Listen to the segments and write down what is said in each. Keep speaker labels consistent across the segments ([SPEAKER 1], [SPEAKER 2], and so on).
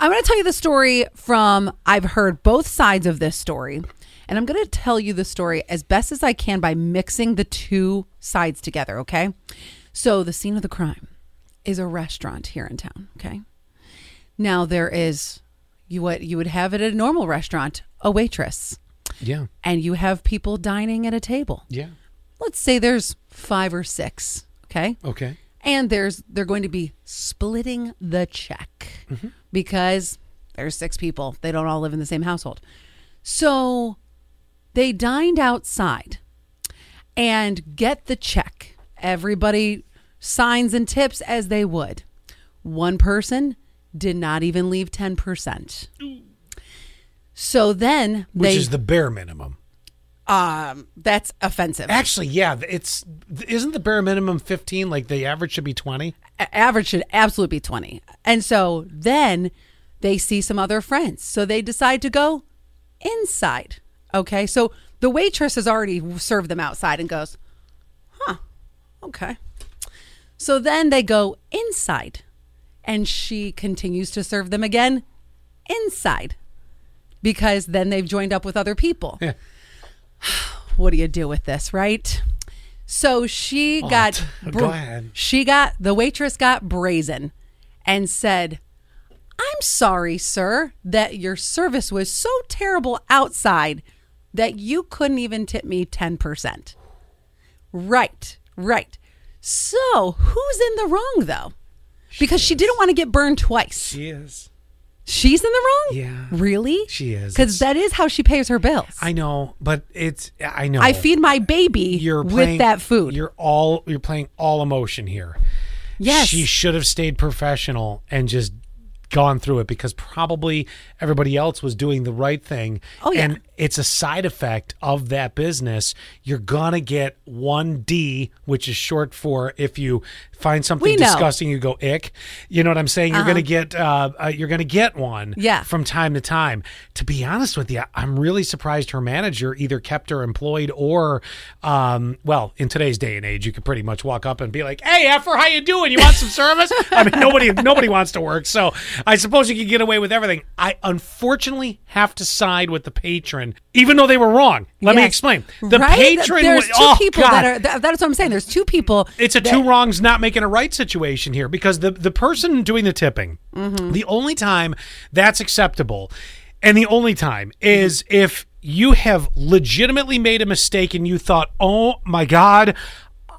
[SPEAKER 1] going to tell you the story from I've heard both sides of this story, and I'm going to tell you the story as best as I can by mixing the two sides together, okay? So, the scene of the crime is a restaurant here in town, okay? Now there is you what you would have at a normal restaurant, a waitress,
[SPEAKER 2] Yeah.
[SPEAKER 1] and you have people dining at a table.
[SPEAKER 2] Yeah.
[SPEAKER 1] Let's say there's 5 or 6, okay?
[SPEAKER 2] Okay.
[SPEAKER 1] and there's they're going to be splitting the check
[SPEAKER 2] Mm-hmm.
[SPEAKER 1] because there's six people they don't all live in the same household so they dined outside and get the check everybody signs and tips as they would one person did not even leave 10% so then
[SPEAKER 2] Which
[SPEAKER 1] they
[SPEAKER 2] is the bare minimum.
[SPEAKER 1] um that's offensive
[SPEAKER 2] Actually, yeah, it's isn't the bare minimum 15 like the average should be 20?
[SPEAKER 1] a- average should absolutely be 20. And so then they see some other friends. So they decide to go inside. Okay. So the waitress has already served them outside and goes, huh, okay. So then they go inside and she continues to serve them again inside because then they've joined up with other people.
[SPEAKER 2] Yeah.
[SPEAKER 1] what do you do with this, right? So she got
[SPEAKER 2] t- go ahead.
[SPEAKER 1] she got the waitress got brazen and said, "I'm sorry, sir, that your service was so terrible outside that you couldn't even tip me 10%." Right. Right. So, who's in the wrong though? Because she didn't want to get burned twice.
[SPEAKER 2] She is.
[SPEAKER 1] She's in the wrong?
[SPEAKER 2] Yeah.
[SPEAKER 1] Really?
[SPEAKER 2] She is.
[SPEAKER 1] Because that is how she pays her bills. I,
[SPEAKER 2] I know, but it's I know.
[SPEAKER 1] feed my baby
[SPEAKER 2] you're
[SPEAKER 1] with
[SPEAKER 2] playing-
[SPEAKER 1] that food.
[SPEAKER 2] You're all you're playing all emotion here.
[SPEAKER 1] Yes.
[SPEAKER 2] She should have stayed professional and just gone through it because probably everybody else was doing the right thing.
[SPEAKER 1] Oh, yeah.
[SPEAKER 2] And it's a side effect of that business. You're gonna get one D, which is short for if you find
[SPEAKER 1] We
[SPEAKER 2] something
[SPEAKER 1] know.
[SPEAKER 2] disgusting, you go ick. You know what I'm saying? You're gonna get uh, uh, you're gonna get one
[SPEAKER 1] Uh-huh. Yeah.
[SPEAKER 2] from time to time. To be honest with you, I'm really surprised her manager either kept her employed or, um, well, in today's day and age, you could pretty much walk up and be like, "Hey, effer, how you doing? You want some service?" I mean, nobody nobody wants to work, so I suppose you could get away with everything. I unfortunately have to side with the patron, even though they were wrong. Let me
[SPEAKER 1] Yes.
[SPEAKER 2] explain. The
[SPEAKER 1] Right?
[SPEAKER 2] patron
[SPEAKER 1] There's
[SPEAKER 2] was
[SPEAKER 1] two
[SPEAKER 2] oh,
[SPEAKER 1] people
[SPEAKER 2] God.
[SPEAKER 1] that are, that, that's what I'm saying. There's two people.
[SPEAKER 2] It's a two wrongs not making a right situation here because the the person doing the tipping, the only time that's acceptable, and the only time is if you have legitimately made a mistake and you thought, oh my god.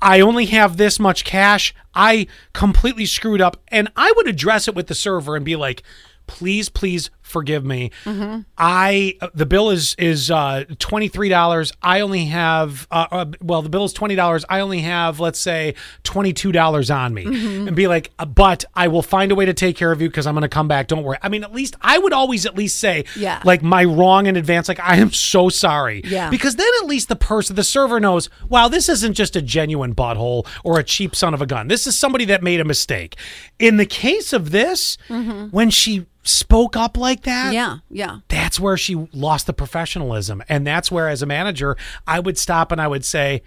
[SPEAKER 2] I only have this much cash. I completely screwed up. And I would address it with the server and be like, please, please forgive me.
[SPEAKER 1] Mm-hmm.
[SPEAKER 2] I uh, the bill is is uh, twenty three dollars. I only have uh, uh, well, the bill is twenty dollars. I only have let's say twenty two dollars on me,
[SPEAKER 1] Mm-hmm.
[SPEAKER 2] and be like, "Uh, but I will find a way to take care of you because I'm going to come back. Don't worry. I mean, at least I would always at least say,
[SPEAKER 1] Yeah.
[SPEAKER 2] like my wrong in advance. Like I am so sorry.
[SPEAKER 1] Yeah.
[SPEAKER 2] because then at least the person, the server knows. Wow, this isn't just a genuine butthole or a cheap son of a gun. This is somebody that made a mistake. In the case of this, when she spoke up like that
[SPEAKER 1] Mm-hmm. Yeah, yeah.
[SPEAKER 2] that's where she lost the professionalism. And that's where, as a manager, I would stop and I would say,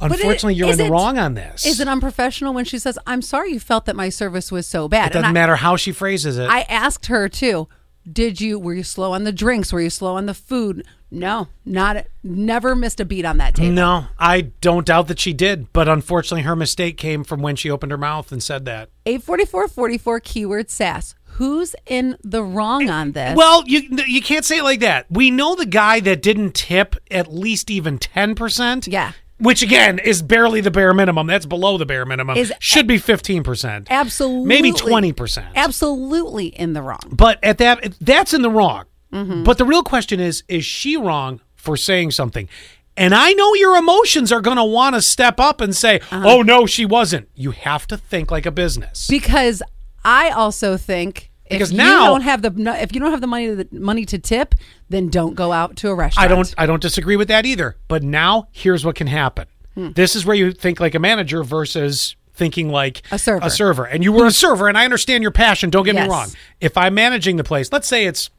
[SPEAKER 2] unfortunately, you're in
[SPEAKER 1] is
[SPEAKER 2] the
[SPEAKER 1] it-
[SPEAKER 2] wrong on this.
[SPEAKER 1] Is it unprofessional when she says, I'm sorry you felt that my service was so bad?
[SPEAKER 2] Doesn't
[SPEAKER 1] and I,
[SPEAKER 2] matter how she phrases it.
[SPEAKER 1] I asked her too, did you, were you slow on the drinks? Were you slow on the food? No, not, never missed a beat on that table.
[SPEAKER 2] no, I don't doubt that she did. But unfortunately, her mistake came from when she opened her mouth and said that.
[SPEAKER 1] 844 44 keyword sass. Who's in the wrong on this?
[SPEAKER 2] Well, you you can't say it like that. We know the guy that didn't tip at least even ten percent.
[SPEAKER 1] Yeah.
[SPEAKER 2] Which again is barely the bare minimum. That's below the bare minimum.
[SPEAKER 1] Is-
[SPEAKER 2] Should be fifteen percent.
[SPEAKER 1] absolutely.
[SPEAKER 2] Maybe twenty percent.
[SPEAKER 1] Absolutely in the wrong.
[SPEAKER 2] But at that, that's in the wrong.
[SPEAKER 1] Mm-hmm.
[SPEAKER 2] But the real question is, is she wrong for saying something? And I know your emotions are going to want to step up and say,
[SPEAKER 1] Uh-huh.
[SPEAKER 2] oh, no, she wasn't. You have to think like a business.
[SPEAKER 1] because I also think
[SPEAKER 2] Because
[SPEAKER 1] if
[SPEAKER 2] now-
[SPEAKER 1] you don't have the if you don't have the money to the money to tip, then don't go out to a
[SPEAKER 2] I
[SPEAKER 1] restaurant.
[SPEAKER 2] don't, I don't disagree with that either. But now here's what can happen.
[SPEAKER 1] Hmm.
[SPEAKER 2] This is where you think like a manager versus thinking like
[SPEAKER 1] A server. Hmm.
[SPEAKER 2] A server. And you were a server, and I understand your passion. Don't get
[SPEAKER 1] Yes.
[SPEAKER 2] me wrong. If I'm managing the place, let's say it's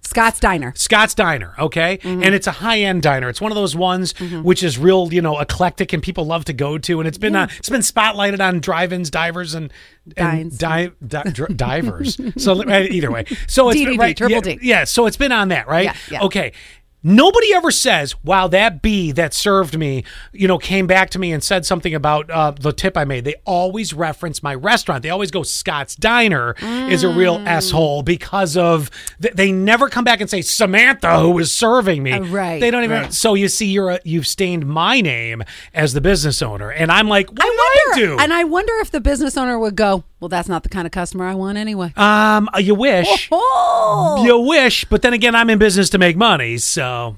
[SPEAKER 1] Scott's Diner.
[SPEAKER 2] Scott's Diner, okay?
[SPEAKER 1] Mm-hmm.
[SPEAKER 2] And it's a high end diner. It's one of those ones which is real, you know, eclectic and people love to go to. And it's been uh, it's been spotlighted on drive-ins, divers, and, and
[SPEAKER 1] Dines.
[SPEAKER 2] di- di- dr- divers. so uh, either way, so it's
[SPEAKER 1] DDD,
[SPEAKER 2] right,
[SPEAKER 1] triple
[SPEAKER 2] yeah,
[SPEAKER 1] D.
[SPEAKER 2] Yeah, so it's been on that, right?
[SPEAKER 1] Yeah, yeah.
[SPEAKER 2] Okay. Nobody ever says, "Wow, that bee that served me, you know, came back to me and said something about uh, the tip I made." They always reference my restaurant. They always go, "Scott's Diner is a
[SPEAKER 1] Mm.
[SPEAKER 2] real asshole" because of th- they never come back and say Samantha who was serving me.
[SPEAKER 1] Uh, right,
[SPEAKER 2] They don't even.
[SPEAKER 1] right.
[SPEAKER 2] So you see, you're a, you've stained my name as the business owner, and I'm like, "What did I do?"
[SPEAKER 1] And I wonder if the business owner would go, well, that's not the kind of customer I want anyway.
[SPEAKER 2] um, you wish,
[SPEAKER 1] oh,
[SPEAKER 2] you wish, but then again, I'm in business to make money, so.